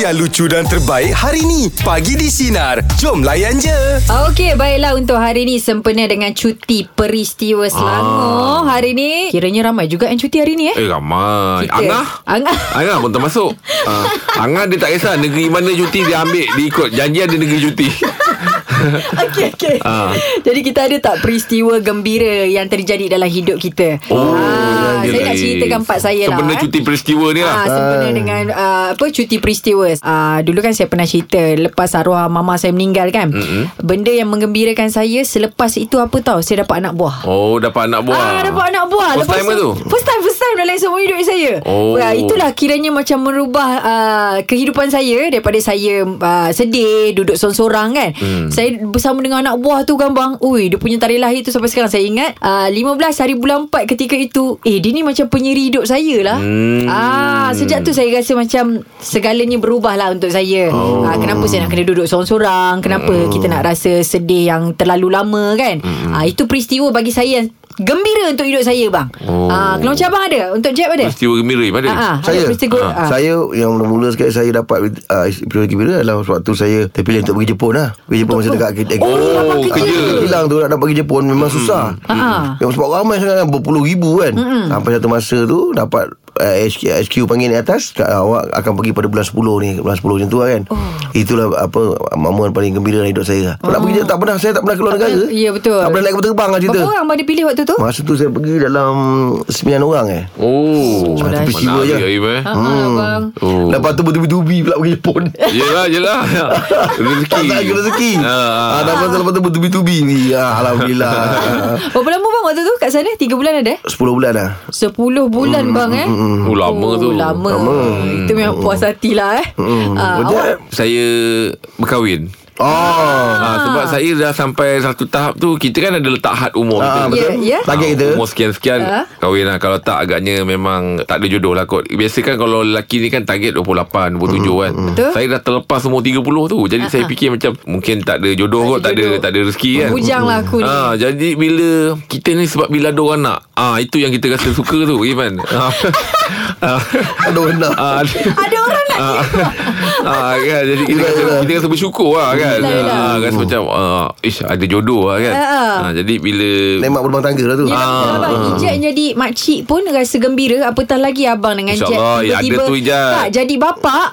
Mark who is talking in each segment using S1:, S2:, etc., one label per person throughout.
S1: yang lucu dan terbaik hari ni. Pagi di Sinar. Jom layan je.
S2: Okey, baiklah untuk hari ni sempena dengan cuti peristiwa Selangor. Ah. Hari ni kiranya ramai juga yang cuti hari ni eh.
S3: Eh ramai
S2: Kita.
S3: Angah
S2: Angah.
S3: Angah pun termasuk uh, Angah dia tak kisah Negeri mana cuti dia ambil Dia ikut Janjian dia negeri cuti
S2: Okey, okey.
S3: Ah.
S2: Jadi kita ada tak peristiwa gembira yang terjadi dalam hidup kita?
S3: Oh,
S2: Ah,
S3: ya,
S2: saya
S3: ya,
S2: nak
S3: ya.
S2: ceritakan part saya lah.
S3: Sempena
S2: eh.
S3: cuti peristiwa ni lah
S2: Ah, sempena dengan uh, apa cuti peristiwa. Ah, dulu kan saya pernah cerita lepas arwah mama saya meninggal kan. Mm-hmm. Benda yang menggembirakan saya selepas itu apa tahu? Saya dapat anak buah.
S3: Oh dapat anak buah
S2: Ah, dapat anak buah.
S3: First timer
S2: tu,
S3: tu
S2: First time, first time dalam semua hidup saya.
S3: Oh.
S2: Wah, itulah Ah, kiranya macam merubah uh, kehidupan saya daripada saya uh, sedih, duduk sorang-sorang kan. Hmm. Saya bersama dengan anak buah tu kan bang. Ui, dia punya tarikh lahir tu sampai sekarang saya ingat. Uh, 15 hari bulan 4 ketika itu. Eh, dia ni macam penyeri hidup saya lah.
S3: Hmm.
S2: Ah, sejak tu saya rasa macam segalanya berubah lah untuk saya. Oh. Ah, kenapa saya nak kena duduk sorang-sorang? Kenapa oh. kita nak rasa sedih yang terlalu lama kan? Mm. Ah, itu peristiwa bagi saya yang gembira untuk hidup saya bang.
S3: Oh.
S2: Ah, kalau macam abang ada? Untuk Jeb ada?
S3: Peristiwa gembira ni, ada
S2: Ah, ah,
S4: Saya
S2: ada peristiwa.
S4: ha,
S2: Ah.
S4: Saya Yang mula-mula sekali Saya dapat uh, Peristiwa gembira adalah Waktu saya Terpilih untuk pergi Jepun lah Pergi Jepun masa dekat kita
S3: Oh,
S2: abang kerja. Hmm.
S3: kerja.
S4: Hilang tu nak, nak pergi Jepun Memang susah
S2: Ha.
S4: Memang sebab ramai sangat kan Berpuluh ribu kan
S2: Hmm.
S4: Sampai satu masa tu Dapat uh, HQ, HQ panggil naik atas "Kak, Awak akan pergi pada bulan 10 ni Bulan 10 macam tu lah kan
S2: Oh.
S4: Itulah apa Momen paling gembira dalam hidup saya lah Nak pergi je, tak pernah Saya tak pernah keluar negara
S2: Oh. pernah- ya, betul.
S4: Tak pernah naik kapal terbang lah cerita
S2: Berapa orang abang dia pilih waktu tu?
S4: Masa tu saya pergi dalam 9 orang eh
S3: Oh
S4: Satu peristiwa je.
S3: Menarik, Aim, eh.
S2: Ha,
S4: Hmm.
S2: ah, abang.
S3: Oh.
S4: Oh. Lepas tu bertubi-tubi pula pergi Jepun
S3: Yelah yelah
S4: Tak
S3: Rezeki
S4: tak ada rezeki
S3: Ah, ah.
S4: ah, Lepas tu lepas tu bertubi-tubi ah, Alhamdulillah
S2: Berapa lama bang waktu tu kat sana? 3 bulan ada? eh?
S4: 10 bulan dah
S2: 10 bulan
S4: Hmm,
S2: bang eh.
S3: Oh lama
S2: oh,
S3: tu
S2: Lama. Itu memang puas hati lah eh.
S4: hmm.
S2: Ah,
S4: Oh,
S2: awak-
S4: dia-
S3: Saya berkahwin
S4: Oh
S3: Ah, sebab saya dah sampai satu tahap tu Kita kan ada letak had umur kita.
S4: Ah, betul.
S2: Ya, ya.
S4: Target kita.
S3: Umur sekian-sekian
S2: Ah.
S3: Kahwin lah Kalau tak agaknya memang Tak ada jodoh lah kot Biasa kan kalau lelaki ni kan Target 28, 27 kan
S2: Betul.
S3: Saya dah terlepas umur 30 tu Jadi saya fikir macam Mungkin tak ada jodoh
S2: Tak
S3: kot
S2: ada
S3: Tak ada
S2: jodoh.
S3: tak ada rezeki kan
S2: Bujang lah aku ni.
S3: Ah, jadi bila kita ni sebab bila ada orang nak ah itu yang kita rasa suka tu Iman. Ah. ah.
S4: Aduh enak
S3: Ah,
S2: Ada orang nak
S3: Ah, ah, kan jadi kita rasa, kita rasa bersyukur lah kan.
S2: Yelah, yelah.
S3: Ah, rasa macam ah, ish ada jodoh lah kan.
S2: Ah.
S3: Ah, jadi bila
S4: Lemak berlubang tangga lah tu
S2: Ya,
S3: Ah.
S2: betul abang. Ijat jadi makcik pun rasa gembira apatah lagi abang dengan Ijat.
S3: InsyaAllah, ya, ada tu Ijat. Ah.
S2: Tak, jadi bapak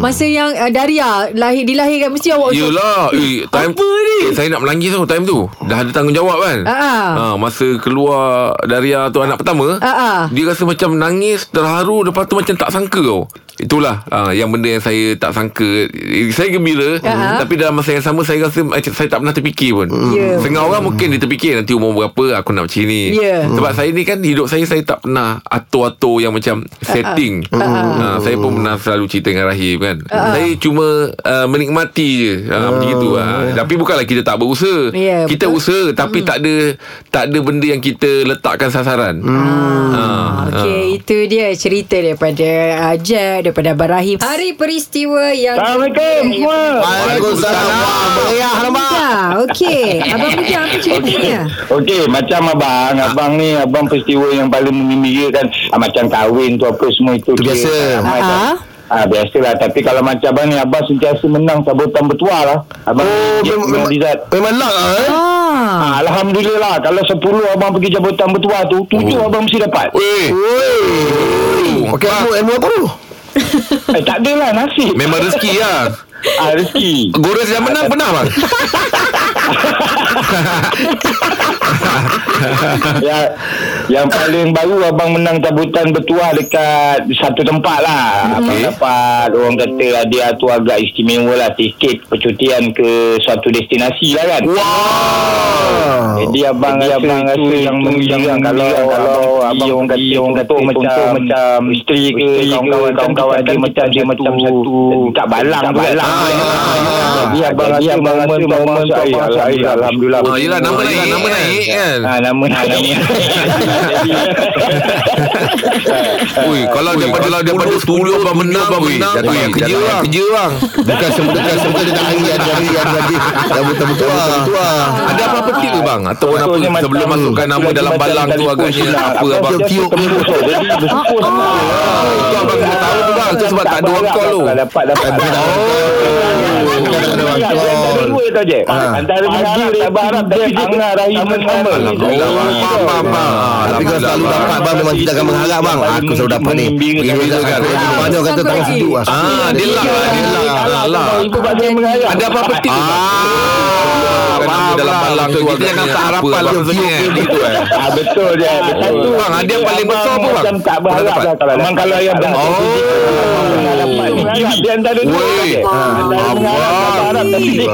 S2: masa yang uh, Daria lahir dilahirkan mesti awak macam,
S3: Yelah eh, time,
S2: Apa ni?
S3: Saya nak melangis tau Time tu Dah ada tanggungjawab kan
S2: Ah, ah.
S3: Ah, Masa keluar Daria tu anak pertama
S2: Ah, ah.
S3: Dia rasa macam nangis Terharu Lepas tu macam tak sangka tau Itulah ah, Yang benda yang saya tak sangka Eh, Saya gembira
S2: Ah, ah.
S3: Tapi dalam masa yang sama Saya rasa macam Saya tak pernah terfikir pun
S2: Ya.
S3: Setengah orang mungkin Dia terfikir nanti umur berapa Aku nak macam ni
S2: Ya.
S3: Eh, Sebab saya ni kan Hidup saya Saya tak pernah Atur-atur yang macam
S2: ah.
S3: Setting Ah, Saya pun pernah selalu cerita dengan Rahim kan
S2: Ah,
S3: Saya cuma uh, Menikmati je ah, Begitu
S4: ya.
S3: ah. Tapi bukanlah kita tak berusaha
S2: Ya,
S3: Kita
S2: betul.
S3: usaha Tapi tak ada Tak ada benda yang kita Letakkan sasaran
S4: Hmm.
S2: Ah, Okey, itu dia cerita daripada uh, Ijat, daripada Abang Rahim. Hari peristiwa yang
S5: Assalamualaikum semua.
S4: Oh, Waalaikumsalam Meriah lah mak
S2: Ah, okey. Abang Bujang apa ceritanya?
S5: Okey, macam abang, abang ni abang peristiwa yang paling mengembirakan ah, macam kahwin tu apa semua itu
S4: Itu
S5: dia.
S4: biasa.
S5: Ramai
S2: Ah.
S5: tak- Ah biasalah tapi kalau macam abang ni abang sentiasa menang sabutan bertuah lah. Abang
S4: Oh
S5: dia
S4: memang
S5: punya
S4: memang-
S5: result.
S4: Memang luck lah
S2: Ah.
S4: eh
S5: Ah, Alhamdulillah kalau 10 abang pergi jabatan bertuah tu 7
S3: Oh.
S5: abang mesti dapat.
S3: Weh
S4: Okey ilmu ilmu apa tu
S5: Eh, tak adalah nasib.
S3: Memang rezeki lah
S5: ah, rezeki.
S3: Goreng yang menang pernah bang
S5: yang, Ya, yang paling baru abang menang cabutan bertuah dekat satu tempat lah. Abang
S3: Okey.
S5: dapat orang kata hadiah tu agak istimewa lah sikit percutian ke suatu destinasi lah kan.
S4: Ah.
S5: Jadi abang Jadi abang rasa yang mengirang kalau kalau abang orang kata orang kata macam macam isteri ke kawan-kawan kawan-kawan dia macam dia macam satu tak balang balang. Jadi abang rasa momen momen tu abang Alhamdulillah Alhamdulillah
S3: Oh, yelah, nama naik, nama naik kan.
S5: Ah, nama nama
S3: Ui, kalau daripada kalau daripada 10 abang menang, abang menang.
S6: Jatuh yang
S3: Kerja
S6: kerja
S3: orang.
S6: orang Kerja orang Bukan semua Bukan semua dia nak hari Ada hari Ada hari Dah betul-betul
S4: Ah.
S6: Betul-betul lah.
S3: Ada apa-apa tip ke bang? Ataupun apa
S5: Betulnya macam-
S3: sebelum masukkan nama
S5: betulnya
S3: dalam
S5: macam
S3: balang tu
S5: telefon
S3: agaknya
S5: sinar.
S3: apa abang?
S5: Dia lah.
S6: Tiup.
S5: tembus tu. Jadi bersyukur sangat.
S3: Itu abang kena tahu tu bang. Tu sebab tak ada orang
S5: berharap
S3: call tu.
S5: lah Dapat dapat.
S3: Oh,
S5: Oh.
S6: Bukan tak ada orang
S5: Ada
S6: call
S5: dua tau je.
S3: Ah.
S5: Antara berharap tak berharap tapi Angah Rahim sama-sama.
S3: Alhamdulillah bang. Faham, faham, faham. Ah,
S6: Tapi kalau selalu
S3: Alhamdulillah,
S6: dapat
S3: bang.
S6: Bang memang kita akan mengharap bang
S4: Ah,
S6: Aku selalu dapat ni Ini dah kata Abang dia kata tak sejuk lah
S3: Ah, dia lah. Dia lah. lah.
S5: Itu sebab saya mengharap.
S3: Ada apa-apa tip ke bang? Bukan nama dalam balang tu
S6: Kita
S3: agaknya
S6: jangan tak
S3: apa
S6: harapan
S3: abang?
S6: dia tiup
S3: Gitu eh.
S5: Ah, betul je. Betul.
S3: Bang, ada yang paling
S5: Abang
S3: besar apa, bang?
S5: Macam tak berharap
S3: Berapa?
S5: lah kalau Memang kalau yang dah.
S3: Oh.
S5: Dia antara dua
S3: Weh.
S5: je.
S3: Ah,
S5: Antara
S3: abang.
S5: berharap tak berharap tapi dia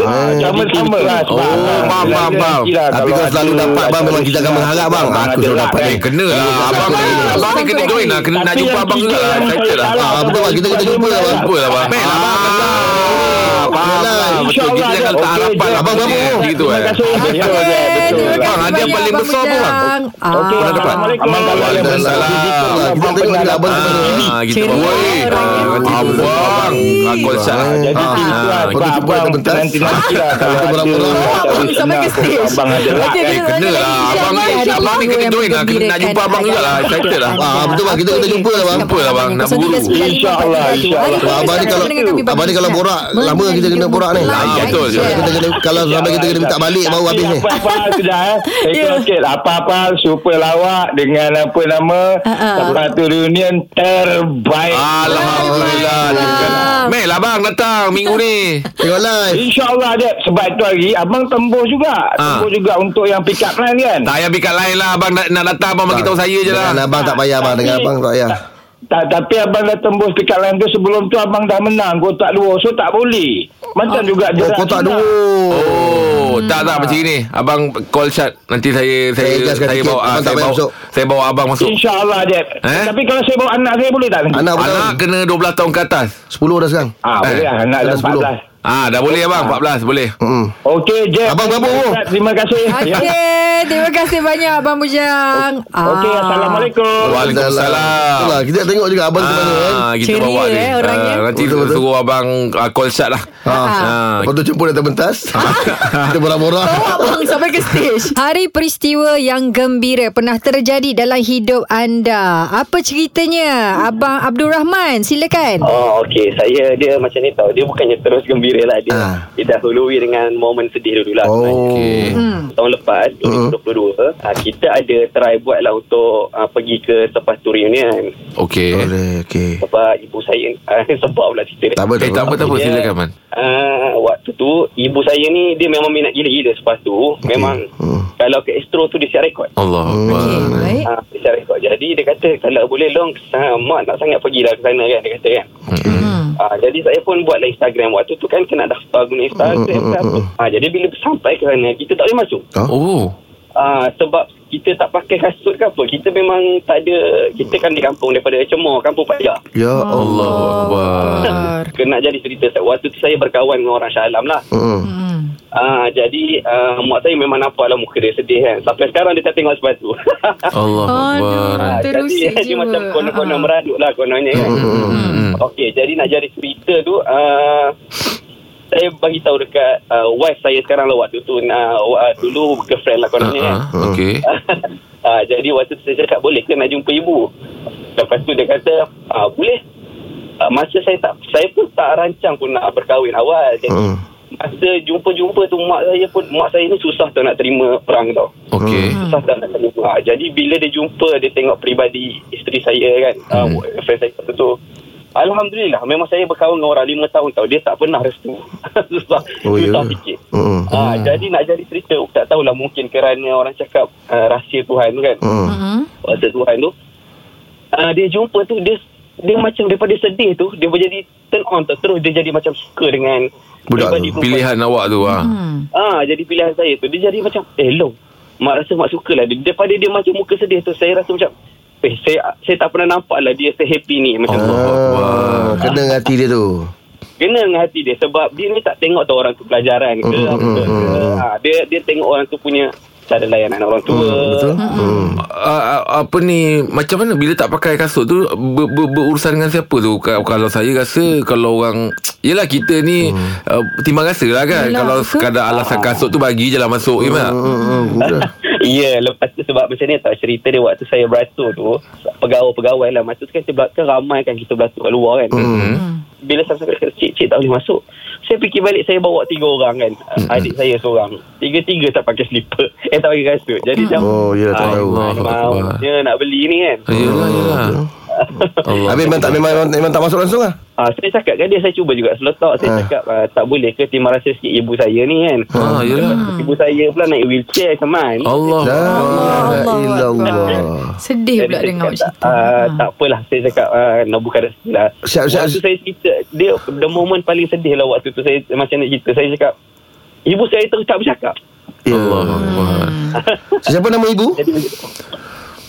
S5: sama-sama lah. sebab
S3: Oh,
S5: abang
S3: faham,
S5: lelaki
S3: faham, faham.
S5: lah
S6: Tapi kalau
S5: ada-
S6: selalu dapat bang Memang kita akan mengharap bang
S5: Abang
S6: Aku
S5: ada
S6: selalu
S5: lah,
S6: dapat
S5: kan?
S6: ni
S3: Eh, kena lah. Abang ni, abang ni kena join lah. Kena nak
S5: Tapi
S3: jumpa
S5: yang
S3: abang
S5: tiga
S3: juga lah.
S5: yang
S3: Excited lah.
S5: salah
S6: Ah,
S5: tu
S6: betul, bang. Kita kena
S5: dia
S6: jumpa lah, bang.
S5: mengharap.
S3: Apa lah bang?
S6: Bel lah, bang.
S3: Ah, Faham
S6: Yalah,
S3: lah. Betul.
S5: insyaAllah
S3: Kita
S5: ada.
S3: jangan tak
S5: Okey,
S3: harapan.
S5: je.
S3: Abang
S6: Terima
S3: berapa?
S6: kasih.
S3: Gitu eh.
S5: Ya, Betul,
S2: Okey,
S5: betul, betul.
S2: terima
S3: Bang,
S2: kasih
S3: ada yang
S2: banyak,
S3: paling
S2: Abang
S3: besar apa, bang?
S2: Mujang. Ah,
S5: Okey,
S3: Pernah dapat?
S5: Abang kalau yang
S3: Waalaikumsalam.
S5: besar,
S6: Kita tengok kita abang sebenarnya
S3: Ah, gitu
S2: Cerita
S3: bang. Woi.
S2: rakyat
S3: Ah,
S6: Melayu.
S3: Abang. Aku sah.
S5: Jadi
S6: Ah,
S5: itu lah
S6: betul
S5: sebab
S6: cuba
S5: abang
S6: kita pentas.
S5: nanti nanti lah kalau
S6: Kita
S5: ada
S6: berapa orang?
S5: tak
S2: Abang
S5: boleh
S2: sampai ke
S5: senang,
S2: stage.
S5: Abang ada lah.
S2: Okey,
S3: Eh,
S2: kita
S3: kena
S2: tengok
S3: lah.
S2: lagi
S3: Abang ni,
S2: Syahmad.
S3: abang ni kena join lah. Kena nak jumpa abang juga lah. Excited lah.
S6: Ah, betul, bang. Kita- kita
S2: Okey.
S6: jumpa lah, bang.
S3: Jumpa lah, bang. Nak berburu.
S5: InsyaAllah, insyaAllah.
S6: Abang ni kalau Abang ni kalau borak Lama kita kena borak ni
S3: Ah, betul.
S6: Kita kena Kalau sampai kita kena minta balik Baru habis ni
S5: Apa-apa sudah eh.
S2: Ya.
S5: Ekor sikit. Apa-apa super lawak dengan apa nama.
S2: ah.
S5: Sepatu reunion terbaik.
S3: Alhamdulillah. lah.
S2: Alhamdulillah.
S3: Mel, abang datang minggu ni.
S6: Tengok live
S5: InsyaAllah dia Sebab tu hari Abang tembus
S6: Ha.
S5: juga
S3: Ah.
S5: Tembus juga untuk yang pick up line kan
S3: Tak payah pikat lain lah. Abang nak nak datang, abang bagi tahu saya je lah.
S6: Dengan abang tak payah abang Dengan abang tak payah
S5: tak, tapi abang dah tembus pick up line tu sebelum tu abang dah menang kotak dua so tak boleh macam juga
S6: Oh
S5: jerat
S6: kotak
S5: juga.
S6: dua
S3: Oh, tak tak macam ni. Abang call shot nanti saya saya
S6: Saya adjustkan
S3: saya
S6: tiket.
S3: bawa ah,
S6: Abang tak payah
S3: saya bawa
S6: masuk.
S3: saya bawa abang masuk.
S5: InsyaAllah Jeb
S3: Eh?
S5: eh? Tapi kalau saya bawa anak saya boleh tak nanti?
S6: Anak berapa
S3: Anak kena 12 tahun ke atas.
S6: Sepuluh dah sekarang
S5: Ah, boleh lah Anak dah
S6: Anak Eh, sepuluh.
S5: 14
S3: Ah, dah boleh abang 14 boleh.
S6: Mm-mm.
S5: Okey Jeb
S6: Abang berapa umur?
S5: Terima kasih Ya.
S2: Okey, terima kasih banyak Abang Mujang.
S5: Okey
S2: Ah.
S5: Assalamualaikum
S3: Waalaikumsalam.
S6: Itulah kita tengok juga abang tu mana kan.
S3: Ah, kita
S2: Ceria,
S3: bawa dia.
S2: eh, orangnya.
S3: Ah, nanti
S6: Betul, betul.
S3: suruh abang ah, call shot lah.
S6: Ha.
S3: Ah.
S6: Lepas tu jemput datang pentas. kita borak-borak.
S2: Bawa abang sampai ke stage Hari peristiwa yang gembira Pernah terjadi dalam hidup anda Apa ceritanya Abang Abdul Rahman Silakan
S7: Oh okey saya dia macam ni tau dia bukannya terus gembira lah dia
S6: Ah.
S7: ah. dia dahului dengan momen sedih dulu lah
S6: Oh. Hmm.
S3: Okey.
S7: sebenarnya. tahun lepas 2022 uh, kita ada try buat lah untuk uh, pergi ke sepatu reunion
S3: Okey.
S6: Boleh, okey.
S7: sebab ibu saya uh, sebab pula cerita ni.
S6: Tak apa,
S3: Eh, tak apa tak apa
S7: Dia-
S3: silakan man.
S7: Ah, waktu tu ibu saya ni dia memang minat gila-gila sepatu okay. memang
S6: Hmm.
S7: kalau ke Astro tu dia siap rekod
S3: Allah.
S2: Okey baik
S7: Ah, dia siap rekod jadi dia kata kalau boleh long sama nak sangat pergilah ke sana kan dia kata kan
S2: hmm.
S7: Ah, jadi saya pun buatlah Instagram waktu tu kan kena daftar guna Instagram
S6: Mm, mm,
S7: ke apa.
S6: mm.
S7: Ah, jadi bila sampai ke sana kita tak boleh masuk.
S3: Oh.
S7: Ah, sebab kita tak pakai kasut ke apa. Kita memang tak ada kita kan di kampung daripada Cemor, kampung Pajak.
S6: Ya Allah.
S3: Allahu akbar.
S2: Akbar.
S7: Kena jadi cerita saya. Waktu tu saya berkawan dengan orang Shah Alam lah.
S6: Mm.
S2: Hmm.
S7: Ah, jadi ah, mak saya memang nampak lah muka dia sedih kan. Sampai sekarang dia tak tengok sepatu.
S3: Allahu
S2: Oh,
S3: akbar.
S2: Aduh.
S7: Ah,
S2: Terusik
S7: jadi dia
S2: jiwa.
S7: macam konon-konon
S2: Ah.
S7: meraduk lah kononnya kan.
S3: Hmm.
S7: Okey, jadi nak jadi cerita tu uh, saya bagi tahu dekat uh, wife saya sekarang lah waktu tu uh, uh, dulu girlfriend lah kononnya.
S3: Ah, ah,
S7: Uh-huh.
S6: Hmm.
S3: Okey.
S7: uh, jadi waktu tu saya cakap boleh ke nak jumpa ibu. Lepas tu dia kata uh, boleh. Uh, masa saya tak saya pun tak rancang pun nak berkahwin awal. Jadi
S3: Hmm.
S6: Mm.
S7: masa jumpa-jumpa tu mak saya pun mak saya ni susah tau nak terima perang tau.
S3: Okey.
S6: Hmm.
S7: Susah tak nak terima. Ah, Jadi bila dia jumpa Dia tengok peribadi Isteri saya kan hmm. uh, Friend saya waktu tu Alhamdulillah Memang saya berkawan dengan orang Lima tahun tau Dia tak pernah restu Susah
S6: Oh,
S7: oh,
S6: ya
S7: Susah
S6: ke?
S7: fikir
S6: Mm.
S7: Ah, Jadi nak jadi cerita Tak tahulah mungkin Kerana orang cakap uh, Rahsia Tuhan tu kan
S6: Mm.
S2: Hmm.
S7: Rahsia Tuhan tu uh, Dia jumpa tu Dia dia macam daripada sedih tu Dia jadi turn on tau Terus dia jadi macam suka dengan
S6: Budak
S7: peribadi
S6: tu.
S7: perempuan
S3: Pilihan awak tu ah.
S2: Hmm.
S7: Ah, jadi pilihan saya tu dia jadi macam eh long. Mak rasa mak suka lah dia. Daripada dia macam muka sedih tu saya rasa macam eh saya saya tak pernah nampak lah dia se-happy ni macam tu.
S6: Ah, kena dengan hati dia tu.
S7: kena dengan hati dia sebab dia ni tak tengok tu orang tu pelajaran ke
S4: Mm, mm,
S7: apa ke.
S4: mm, mm.
S7: Ha, dia dia tengok orang tu punya cara layanan orang tua
S4: Betul? Hmm.
S3: uh, uh, apa ni macam mana bila tak pakai kasut tu ber, ber, berurusan dengan siapa tu Ka- kalau saya rasa kalau orang yelah kita ni hmm. uh, timbang rasa lah kan
S2: Yelah,
S3: kalau
S2: betul.
S3: sekadar alasan kasut tu bagi je lah masuk hmm.
S4: Hmm, hmm, hmm, betul.
S7: Ya lepas tu sebab macam ni tak cerita dia waktu saya beratur tu pegawai-pegawai lah masa tu kan, kita beratur kan ramai kan kita beratur kat luar kan
S4: Hmm.
S7: bila saya kata cik cik tak boleh masuk saya fikir balik saya bawa tiga orang kan
S4: Hmm,
S7: mm adik saya seorang tiga-tiga tak pakai slipper eh tak pakai kasut jadi
S2: Hmm.
S7: macam
S4: Oh, ya, tak
S7: ah,
S4: tahu.
S7: memang
S3: Allahuakbar.
S7: dia nak beli ni kan
S3: Yelah yelah Ah, Allah.
S4: Ah,
S3: Ah,
S4: Habis memang tak memang memang tak masuk langsung lah.
S7: Ah, saya cakap kan dia saya cuba juga selotok saya
S4: Ah.
S7: cakap ah, tak boleh ke timah rasa sikit ibu saya ni kan
S3: Ah, yelah.
S7: ibu saya pula naik wheelchair teman
S3: Allah
S4: La ilaha
S2: Allah.
S4: illallah.
S2: Sedih pula
S7: saya
S2: dengar
S7: cakap,
S2: macam tu.
S7: ah,
S2: Ha.
S7: Tak apalah Saya cakap uh, Nak bukan rezeki lah
S4: Siap, siap.
S7: Waktu saya cerita Dia The moment paling sedih lah Waktu tu saya Macam nak cerita Saya cakap Ibu saya terus tak bercakap
S4: Ya.
S3: Allah Allah.
S4: Siapa nama ibu?
S7: Jadi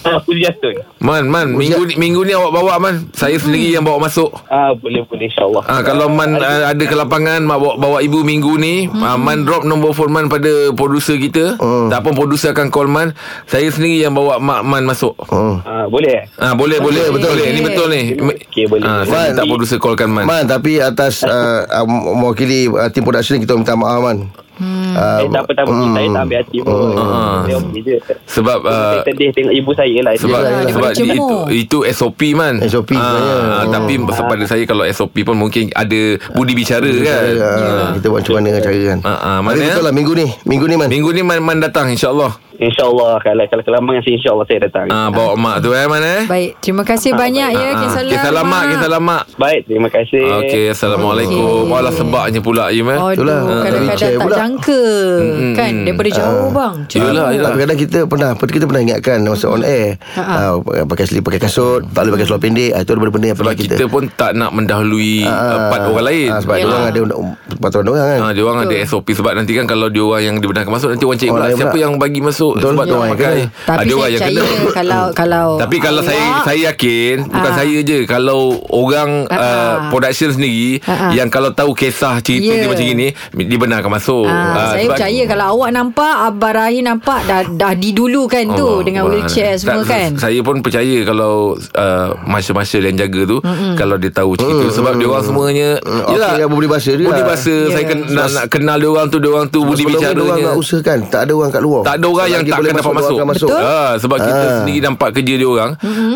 S7: Ah, Pujiatun
S3: Man man minggu ni, minggu ni awak bawa man Saya
S7: Hmm.
S3: sendiri yang bawa masuk
S7: Ah, boleh boleh insyaAllah
S3: Ah kalau man uh, ada ke lapangan mak bawa, bawa ibu minggu ni, hmm. uh, man drop nombor phone man pada producer kita.
S4: Hmm.
S3: Tak pun producer akan call man. Saya sendiri yang bawa mak man masuk.
S4: Hmm.
S7: Ah, boleh eh?
S3: Ah boleh
S2: Boleh,
S3: boleh betul boleh. Ni betul ni.
S7: Okey, boleh.
S3: Ah saya
S4: Man.
S3: tak producer callkan man.
S4: Man tapi atas uh, uh, mewakili uh, tim production kita minta maaf Man. Hmm. Uh,
S7: Eh, tak apa, tak apa. Saya tak ambil hati pun.
S3: Ah.
S7: Saya okey je.
S3: Sebab
S7: Saya
S3: uh,
S7: sedih tengok ibu saya lah.
S3: sebab
S4: Yelah, yelah.
S3: sebab
S2: Dia
S3: itu,
S2: bercemur.
S3: itu SOP man.
S4: SOP sebenarnya.
S3: ah,
S4: Hmm.
S3: tapi pada saya kalau SOP pun mungkin ada budi bicara kan.
S4: uh, kita buat macam mana cara kan.
S3: Ah, ah, Man,
S4: Tapi
S3: ya?
S4: betul lah minggu ni. Minggu ni Man.
S3: Minggu ni man man datang insyaallah.
S7: InsyaAllah. Kalau kalau kelamaan, saya insyaAllah saya datang.
S3: Ah bawa mak tu eh man eh.
S2: Baik, terima kasih banyak ya
S3: Ah,
S2: Kisah Lama.
S3: Kisah lama, kisah lama.
S7: Baik, terima kasih.
S3: Ah, Okey, assalamualaikum.
S2: Okey.
S3: Okay. Walau sebabnya pula you man.
S2: Aduh,
S4: Itulah. Ah,
S2: kadang-kadang
S4: wheelchair
S2: tak
S4: pula.
S2: jangka
S3: Mm,
S2: Kan,
S3: mm.
S2: daripada jauh bang Jauh.
S3: Yelah, yelah.
S4: Tapi kadang Ah, kita pernah Kita pernah ingatkan Masa on air
S2: Ha-ha.
S4: uh, Pakai slip Pakai kasut Tak boleh pakai seluar pendek Ah, Itu adalah benda yang
S3: Sebab
S4: pernah
S3: kita, kita pun tak nak mendahului uh, part orang lain.
S4: Ah, sebab
S2: Yelah.
S4: diorang ada undang- peraturan diorang kan.
S3: Ha, dia orang ada SOP sebab nanti kan kalau dia orang yang dibenarkan masuk nanti orang cek
S4: Orang
S3: pula
S4: lain
S3: siapa
S4: pula.
S3: yang bagi masuk
S4: Betul.
S3: sebab dia orang
S4: Orang yang
S3: pakai.
S4: kena.
S3: Ah,
S2: Tapi
S3: dia
S2: saya
S3: orang yang
S2: percaya kalau kalau
S3: Tapi kalau saya
S2: awak-
S3: saya yakin bukan
S2: Oh, ya. Ah.
S3: saya je kalau orang
S2: Ah, ah.
S3: uh, production sendiri
S2: Ah, ah.
S3: yang kalau tahu kisah cerita
S2: Ya.
S3: yeah. dia macam ini dibenarkan masuk.
S2: Ah, saya
S3: sebab-
S2: percaya kalau awak nampak Abang Rahim nampak dah dah didulukan tu
S3: Allah
S2: dengan
S3: Allah.
S2: wheelchair semua
S3: tak,
S2: kan.
S3: Saya pun percaya kalau uh, masa-masa yang jaga tu mm kalau dia tahu cerita mm sebab dia orang semuanya
S4: Mm, okey lah, berbudi bahasa dia
S3: Budi
S4: lah.
S3: bahasa
S2: Ya.
S3: yeah. saya ken- nak, nak kenal dia orang tu dia orang tu budi
S4: Sebelum ni diorang
S3: bicaranya.
S4: nak usahakan Tak ada orang kat luar
S3: Tak ada orang yang
S4: Selagi
S3: tak
S4: boleh
S3: akan dapat
S4: diorang
S3: masuk.
S4: akan masuk.
S3: Ha, sebab kita
S4: Ah.
S3: sendiri nampak kerja dia orang.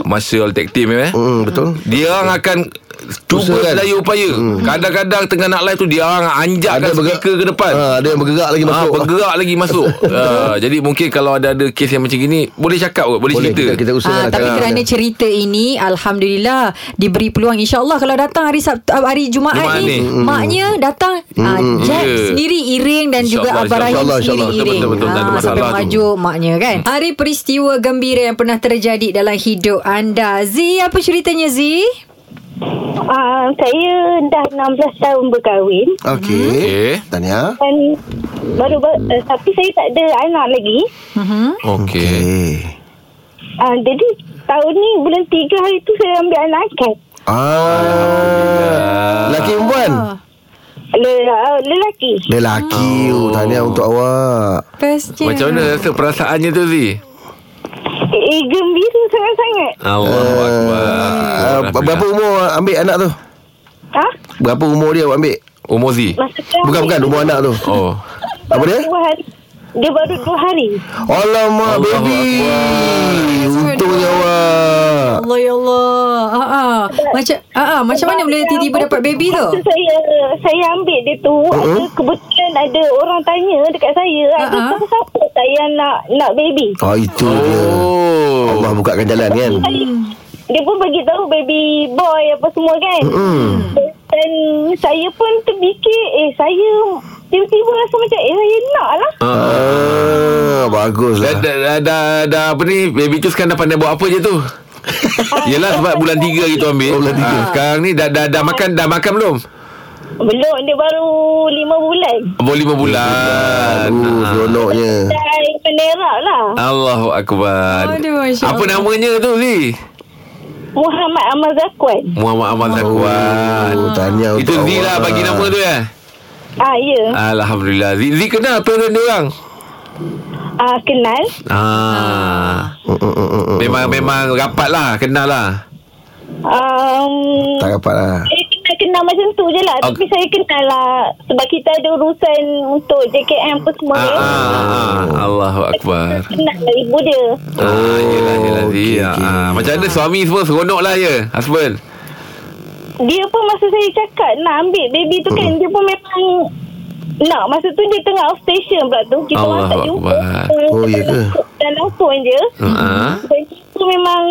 S3: Masa all tag team eh.
S4: Hmm, betul
S3: Dia orang akan cuba
S4: Usahakan. Hmm.
S3: sedaya upaya. Kadang-kadang tengah nak live tu dia orang anjakkan
S4: bergerak-
S3: speaker ke depan.
S4: Ah, Ada yang bergerak lagi
S3: Ah,
S4: masuk
S3: bergerak lagi masuk. Ah, jadi mungkin kalau ada ada kes yang macam gini boleh cakap kot, boleh,
S4: Boleh
S3: cerita.
S4: kita, kita usahakan
S2: Ah, tapi
S3: lah.
S2: kerana cerita ini Alhamdulillah Diberi peluang InsyaAllah kalau datang hari Sabtu, ah, hari Jumaat,
S3: Jumaat
S2: ni,
S3: ni. Hmm,
S2: Maknya datang ah, Jack
S3: Ya.
S2: sendiri iring Dan juga
S3: InsyaAllah,
S2: Abang Rahim
S4: insyaAllah,
S2: sendiri
S4: insyaAllah.
S2: iring
S3: Betul-betul, tak ada
S2: Ah, Sampai
S3: masalah tu. Hmm.
S2: maju maknya kan Hari peristiwa gembira Yang pernah terjadi dalam hidup anda Z apa ceritanya Z?
S8: Ah, saya dah 16 tahun berkahwin
S4: Okey
S3: Okey.
S4: Tanya
S8: dan baru ber, uh, tapi saya tak ada anak lagi.
S3: Okey.
S4: Okey
S8: Ah, jadi tahun ni bulan 3 hari tu saya ambil anak angkat.
S4: Ah, Lelaki perempuan
S8: Le- ah, Lelaki.
S4: Lelaki oh. Tahniah untuk awak
S2: Bestnya
S3: Macam mana rasa perasaannya tu Zee?
S8: Eh, eh gembira sangat-sangat.
S3: Allah
S4: Ah,
S3: Akbar.
S4: Berapa umur ambil anak tu?
S8: Ha?
S4: Berapa umur dia awak ambil?
S3: Umur Zee?
S8: Masa tu
S4: Bukan bukan umur anak tu
S3: Oh.
S4: Apa dia?
S8: Dua hari. Dia baru dua hari.
S4: Alamak
S3: Allahu
S4: baby Untungnya awak
S2: Allah ya Allah ah, ah. Macam ah, ah. Macam mana boleh tiba-tiba dapat baby tu?
S8: Masa saya saya ambil dia tu,
S4: Uh-huh.
S8: ada kebetulan ada orang tanya dekat saya, ada
S2: Ha-ha.
S8: siapa-siapa tak yang nak nak baby.
S4: Ah itu dia
S3: Oh.
S4: Allah bukakan jalan kan
S8: Hmm. Dia pun bagi tahu baby boy apa semua kan.
S4: Hmm.
S8: Dan saya pun terfikir eh saya tiba-tiba rasa macam eh saya nak lah.
S4: Ah, bagus
S3: Dah,
S4: lah
S3: dah, dah, dah, dah apa ni Baby tu sekarang dah pandai buat apa je tu Yelah sebab bulan 3 kita ambil oh, bulan 3. Sekarang ni dah, dah, dah makan Dah makan belum?
S8: Belum dia baru lima bulan.
S3: Umur 5 bulan
S4: Uh, seronoknya
S8: Dan menerak lah.
S3: Allahu Akbar
S2: Aduh, Masya
S3: Apa
S2: Allah.
S3: namanya tu Zee?
S8: Muhammad Amal Zakwan.
S3: Muhammad Ahmad Zakwan
S4: Oh, tahniah
S3: Itu
S4: untuk
S3: Z lah
S4: awak.
S3: bagi nama tu eh
S8: Ah, ya.
S3: Alhamdulillah Z, Z kenal parent dia orang
S8: Ah, kenal.
S3: ah.
S4: Mm,
S3: Memang memang rapat lah Kenal lah
S8: Um,
S4: Tak dapat lah
S8: saya kenal-kenal macam tu je lah.
S3: Ah.
S8: Tapi saya kenal lah. Sebab kita ada urusan untuk JKM apa semua.
S3: ah,
S8: ni.
S3: ah, ah. Allahu Akbar
S8: Kenal lah ibu dia.
S3: Ah, yelah, yelah, Z.
S4: Oh, okey,
S3: Ah,
S4: okey.
S3: ah. Macam mana suami semua seronok lah ya Husband
S8: Dia pun masa saya cakap nak ambil baby tu
S4: Hmm.
S8: kan. Dia pun memang nak. Masa tu dia tengah off station pula tu. Kita orang tak jumpa.
S3: Allahuakbar.
S4: Oh, ya ke? Hmm.
S8: Dalam phone je.
S3: Ah.
S8: Dan tu memang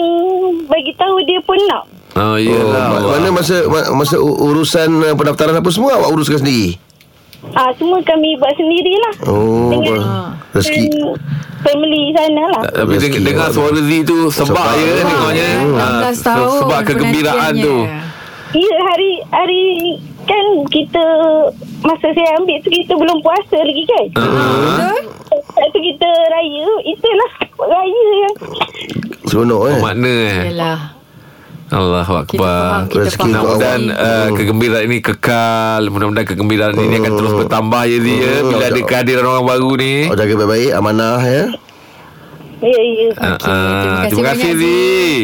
S8: bagi tahu dia pun nak.
S3: Oh,
S4: Oh,
S3: yelah
S4: ma-
S3: Allah.
S4: mana masa ma- masa u- urusan uh, pendaftaran apa semua awak uruskan sendiri?
S8: Ah, semua kami buat sendirilah.
S4: Oh,
S8: Dengan-
S4: apa? rezeki. Eh.
S8: Dan Family sana lah.
S3: Tapi
S4: Rezeki
S3: deng- dengar
S4: awak
S3: suara Z tu Sebab
S4: Sebab. Hmm.
S3: ya dengarnya Ah,
S2: 16 tahun
S3: Sebab kegembiraan tu
S2: penantiannya.
S8: Ya, hari hari kan kita masa saya ambil tu kita belum puasa lagi kan.
S4: Hmm.
S3: Ah.
S2: Betul?
S8: Lepas tu kita raya, itulah raya yang
S4: Seronok eh.
S3: Makna eh
S2: Yalah.
S3: Allahu
S2: Kita faham,
S3: Akbar.
S2: kita
S4: Rezeki Hmm.
S2: faham.
S4: untuk awak.
S3: Mudah-mudahan uh, kegembiraan ini kekal. Mudah-mudahan kegembiraan ini akan terus bertambah ya Zee ya
S4: Hmm. Oh,
S3: bila ada kehadiran orang baru ni.
S4: Awak jaga baik-baik amanah ya.
S8: ya ya
S2: Okey,
S3: Ah, ah,
S2: terima kasih
S3: terima kasih
S2: banyak,
S3: Zee.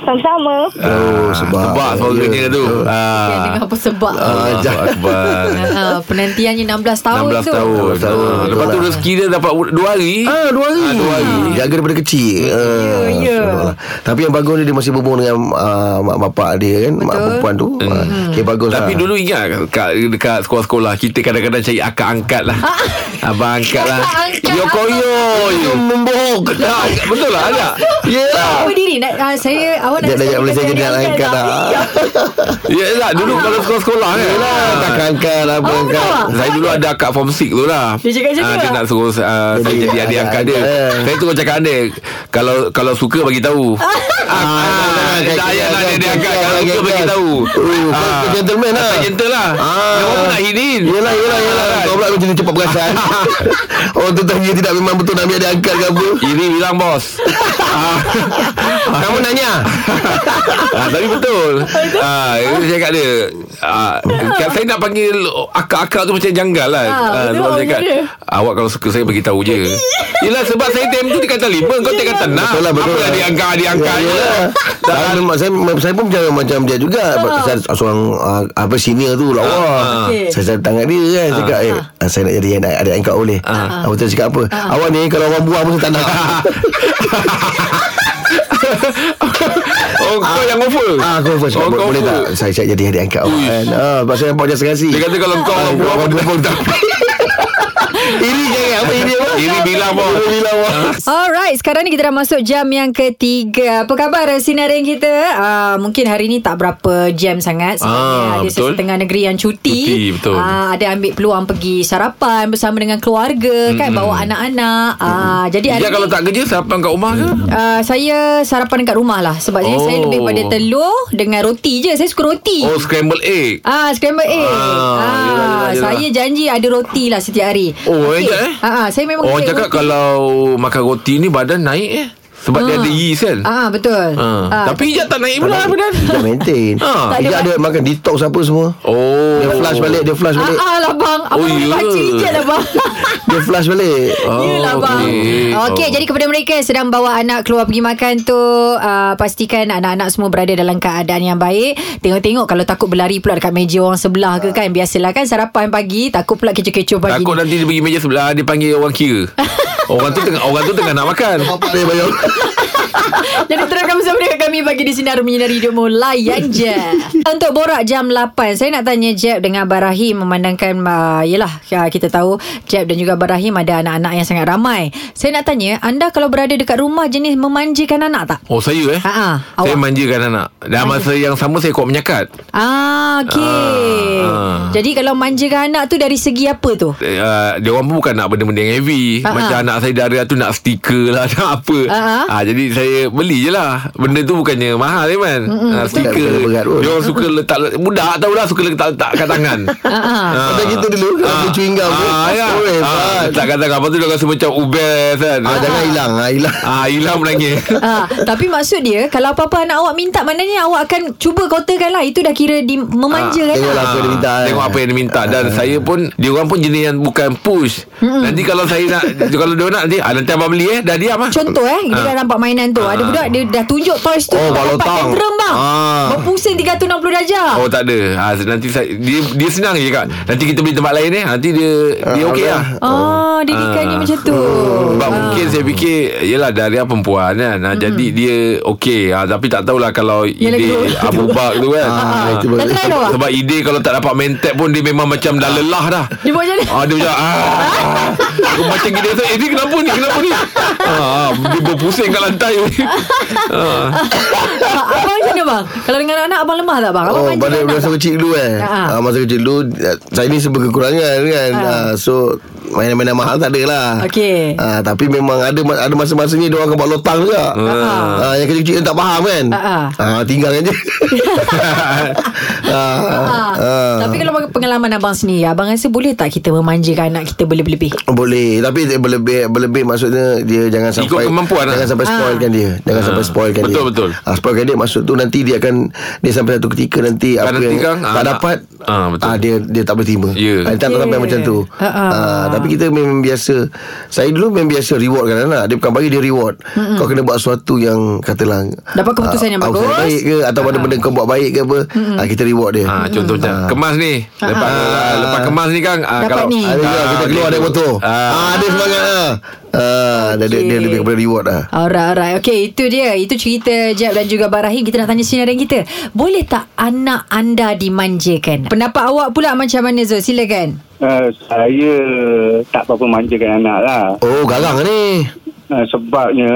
S8: sama-sama.
S4: Oh,
S3: Ah,
S4: sebab.
S3: Tebak
S4: Ya.
S3: suaranya tu. Ah.
S2: Kan dengan apa sebab
S3: Allahu
S4: jangan.
S3: Akbar.
S2: Ah, Penantiannya 16 tahun
S3: 16
S2: tu
S3: tahun.
S4: 16 tahun.
S3: Ah, Lepas tu
S4: Betul lah.
S3: rezeki dia dapat 2 hari.
S4: Ah, dua hari.
S3: Ah, dua hari.
S4: Jaga daripada kecil. Ya,
S2: ya.
S4: Tapi yang bagus ni dia masih berhubung dengan uh, mak bapak dia kan, mak
S2: Betul.
S4: perempuan tu. Ah, dia bagus
S3: Tapi
S4: lah.
S3: dulu ingat kat- kat, dekat sekolah-sekolah Kita kadang-kadang cari akak angkat lah Abang angkat lah
S2: Ah. Akak angkat
S3: Yo
S2: apa?
S3: koyo Yo membohong Betul lah agak
S4: Ya.
S2: Tak berdiri nak, ah, Saya Awak nak
S4: Dia dah ajak Malaysia jadi nak angkat dah.
S3: lah. Ya lah dulu kalau sekolah-sekolah kan
S4: Yelah, Ah, tak angkat apa
S2: Awak
S4: angkat. Ah.
S2: tahu tak?
S3: Saya dulu ada akak form 6 tu lah
S2: Dia cakap-cakap.
S3: Ah, Dia nak suruh ah, Saya
S4: Jadi
S3: jadi adik
S4: adik
S3: angkat dia
S4: angkat.
S3: Saya tu cakap dia Kalau kalau suka bagi tahu Ah,
S4: Ah,
S3: Dah ayat lah dia dia angkat Kalau
S4: Angkat,
S3: suka
S4: angkat.
S3: bagi tahu
S4: Oh,
S3: Ah,
S4: kau gentleman lah.
S3: tak gentle lah
S4: Ah.
S3: Dia orang nak hidin
S4: Yelah, yelah, yelah.
S3: Ah,
S4: Kau pula macam ni cepat perasan. Orang tu tanya tidak memang betul nak ambil dia angkat ke apa.
S3: Iri hilang bos
S4: Kamu nanya.
S3: ah, Tapi betul ah, Saya cakap dia ah, kan Saya nak panggil Akak-akak tu macam janggal lah
S2: Ah,
S3: ah,
S2: betul,
S3: Sebab saya cakap
S2: betul.
S3: Awak kalau suka saya beritahu je Yelah sebab saya time tu Dia kata lima Kau tak kata enam
S4: Betul lah, betul
S3: Apa
S4: lah.
S3: dia angkat Dia angkat je lah
S4: Dan memang saya saya pun macam macam dia
S2: Oh.
S4: juga. Saya seorang ah, apa senior
S3: Ah,
S4: tu lawa.
S2: Okey.
S4: Saya saya tangan dia kan cakap eh ah, saya nak jadi anak adik angkat boleh. Ah. Apa tu cakap apa? Awak ni kalau orang buang pun saya tak nak.
S3: Ah. Oh kau yang offer
S4: ah, kau first cakap,
S3: Oh, kau
S4: boleh tak?
S3: first.
S4: Saya saya jadi adik angkat awak kan. Ah, sebab saya nampak jasa kasih.
S3: Dia kata kalau kau
S4: Ah,
S3: orang
S4: kalau
S3: buat
S4: orang
S3: apa
S4: buang pun tak. Iri jangan apa iri apa?
S3: Iri Ah. bilang bos
S4: Iri bilang awak.
S2: Alright, sekarang ni kita dah masuk jam yang ketiga. Apa khabar eh, sinarin kita? Uh, mungkin hari ni tak berapa jam sangat.
S3: Ah,
S2: Sebenarnya ada
S3: betul.
S2: setengah negeri yang cuti.
S3: Cuti, betul.
S2: Ah, ada ambil peluang pergi sarapan bersama dengan keluarga, mm kan bawa anak-anak. Ah, jadi hari
S3: Dia
S2: ni,
S3: kalau tak kerja Sarapan kat rumah ke
S2: Uh, saya sarapan dekat rumah lah Sebab oh.
S3: Oh.
S2: saya lebih pada telur Dengan roti je Saya suka roti
S3: Oh scramble egg
S2: Ah, scramble egg. Ah,
S3: Ah, yelah, yelah, yelah.
S2: saya janji ada roti lah setiap hari.
S3: Oh,
S2: Okey.
S3: enak, eh?
S2: Ah, ah, saya memang
S3: Orang
S2: craving
S3: cakap
S2: roti.
S3: kalau Makan roti ni Badan naik eh Sebab dia
S2: Ah.
S3: ada yeast kan
S2: Ah, betul.
S3: Ah. Tapi hijab tak naik pula badan.
S4: Dia maintain.
S3: Ah.
S2: Tak ada
S4: Dia ada makan detox apa semua.
S3: Oh.
S4: Dia flash balik, dia
S2: Ah,
S4: flash balik.
S2: ah lah bang Abang
S3: Oh,
S2: oh,
S3: ya.
S2: baca hijab lah bang
S4: Dia flash balik.
S3: Oh,
S2: Yelah lah, bang
S3: okey.
S2: Okey okay,
S3: Oh.
S2: jadi kepada mereka yang sedang bawa anak keluar pergi makan tu uh, Pastikan anak-anak semua berada dalam keadaan yang baik Tengok-tengok kalau takut berlari pula dekat meja orang sebelah ke kan Biasalah kan sarapan pagi Takut pula kecoh-kecoh pagi
S3: Takut
S2: ni.
S3: nanti dia pergi meja sebelah dia panggil orang kira. orang tu tengah orang tu tengah nak makan.
S4: Dia bayar.
S2: Jadi teruskan bersama dengan kami Bagi di Sinar Menyinari Hidupmu Layan je Untuk borak jam 8 Saya nak tanya Jeb dengan Abang Rahim Memandangkan uh, Yelah uh, kita tahu Jeb dan juga Abang Rahim Ada anak-anak yang sangat ramai Saya nak tanya Anda kalau berada dekat rumah Jenis memanjakan anak tak?
S3: Oh saya eh.
S2: Ha, ha,
S3: saya
S2: awak.
S3: manjakan anak. Dan masa yang sama saya kuat menyakat.
S2: Ah, okay.
S3: Ah, ah.
S2: Jadi kalau manjakan anak tu dari segi apa tu?
S3: Eh, Uh, dia orang pun bukan nak benda-benda yang heavy
S2: Ha,
S3: Macam
S2: ha.
S3: anak saya Daria tu nak stiker lah Nak apa
S2: Ah,
S3: ha, Jadi saya beli je lah Benda tu bukannya mahal Iman ha, Stiker
S4: Tak berat pun.
S3: Dia orang suka letak Budak tahulah suka letak-letak kat tangan
S2: Ah.
S4: Macam kita dulu kan Aku chewing gum tu.
S3: Ah, ya.
S4: Oh, hebat.
S3: Ah, letak kat tangan Lepas tu dia rasa macam ubes kan
S4: Ah, jangan hilang ah, hilang.
S3: Ah, hilang menangis
S2: Ah, tapi maksud dia Kalau apa-apa anak awak minta Maknanya awak akan Cuba kotakan lah Itu dah kira di, Memanja kan
S4: Tengoklah apa dia minta. eh.
S3: Ah, Tengok apa yang dia minta Dan saya pun Dia orang pun jenis yang bukan push Nanti kalau saya nak Kalau dia nak nanti ah, Nanti abang beli eh Dah diam lah
S2: Contoh eh Kita dah nampak mainan tu Ada budak dia dah tunjuk toys tu
S4: Oh,
S2: tak dapat
S4: balotang.
S2: tantrum bang
S4: Ah.
S2: Berpusing 360 darjah
S3: Oh tak ada ha, Nanti saya, dia, dia senang je kak Nanti kita beli tempat lain eh Nanti dia Dia
S4: Ah,
S3: okey lah
S2: Oh, didikannya
S3: Ah.
S2: macam tu. Ah.
S3: sebab mungkin saya fikir Yelah Daria perempuan kan ha, Jadi dia okey ha, Tapi tak tahulah kalau
S2: Yelah,
S3: Ide
S2: kedua-
S3: Abu Bak tu kan
S4: Ah, itu
S2: Dah
S4: baru.
S2: try tu awak?
S3: Sebab ide kalau tak dapat mentek pun Dia memang macam dah lelah dah
S2: Dia buat macam mana?
S3: Ah, dia macam ah. Macam gini tu Eh ni kenapa ni Kenapa ni ah, Dia berpusing kat lantai ah.
S2: Ah, abang macam mana bang? Kalau dengan anak-anak abang lemah tak bang? Abang
S4: Oh,
S2: manja
S4: pada
S2: anak
S4: masa
S2: tak?
S4: kecil dulu eh.
S2: Ah. Ah.
S4: Ha. masa kecil dulu eh, saya ni sebab kekurangan kan. Ha. so mainan-mainan mahal tak ada lah.
S2: Okey.
S4: Ha, tapi memang ada ada masa-masanya dia orang akan buat lotang juga. Ha.
S2: Ah.
S4: yang kecil-kecil yang tak faham kan.
S2: Ha.
S4: Ha, tinggalkan je. ha.
S2: Ah.
S4: ha.
S2: Tapi kalau pengalaman abang sendiri Abang rasa boleh tak kita memanjakan anak kita berlebih-lebih?
S4: Boleh Tapi dia berlebih Berlebih maksudnya Dia jangan
S3: Ikut
S4: sampai
S3: kemampuan lah. Ah.
S4: Jangan sampai
S2: Ah.
S4: spoilkan dia Jangan sampai spoilkan
S3: Betul,
S4: dia
S3: betul.
S4: ha, Spoilkan dia maksud tu Nanti dia akan Dia sampai satu ketika nanti Apa
S3: nanti
S4: yang
S3: kan,
S4: tak
S3: ah,
S4: dapat
S3: ah, betul.
S4: ah, Dia dia tak boleh terima
S3: Ya.
S4: ah, Tak sampai
S2: Ya.
S4: macam tu
S2: Ah, ah.
S4: Ah, Tapi kita memang biasa Saya dulu memang biasa Reward kan anak Dia bukan bagi dia reward Kau kena buat sesuatu yang Katalah
S2: Dapat keputusan yang
S4: ah,
S2: bagus.
S4: baik ke Atau benda-benda kau buat baik ke apa ah, Kita reward dia
S3: Ah, contoh macam kemas ni. Lepas ah. lepas kemas ni Kang, ah,
S2: Dapat ni.
S4: Ada juga kita keluar
S3: gitu.
S4: dari motor
S3: Ah.
S4: ah, Ada semangat lah ah, dia, dia, dia
S2: Okey.
S4: lebih kepada reward lah
S2: Alright, alright. Okay, itu dia. Itu cerita Jeb dan juga Abang Rahim. Kita nak tanya sinaran kita. Boleh tak anak anda dimanjakan? Pendapat awak pula macam mana Zul? Silakan.
S5: Uh, saya tak berapa manjakan anak lah
S4: Oh garang ni
S5: uh, Sebabnya